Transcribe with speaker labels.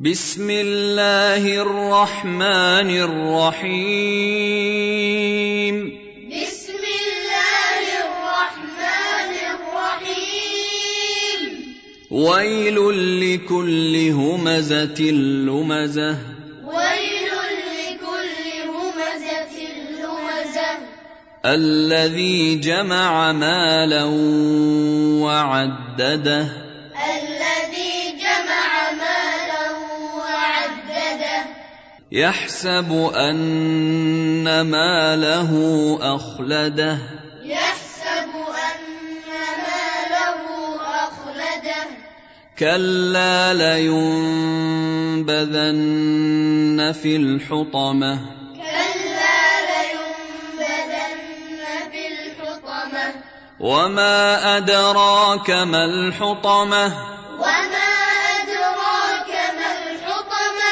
Speaker 1: بسم الله الرحمن الرحيم
Speaker 2: بسم الله الرحمن الرحيم
Speaker 1: ويل لكل همزة لمزة
Speaker 2: ويل لكل همزة لمزة
Speaker 1: الذي جمع مالا وعدده
Speaker 2: الذي جمع مالا وعدده
Speaker 1: يحسب أن ماله أخلده
Speaker 2: يحسب أن ماله أخلده
Speaker 1: كلا لينبذن في الحطمه
Speaker 2: كلا لينبذن في الحطمة
Speaker 1: وما أدراك ما الحطمة
Speaker 2: وما أدراك ما الحطمة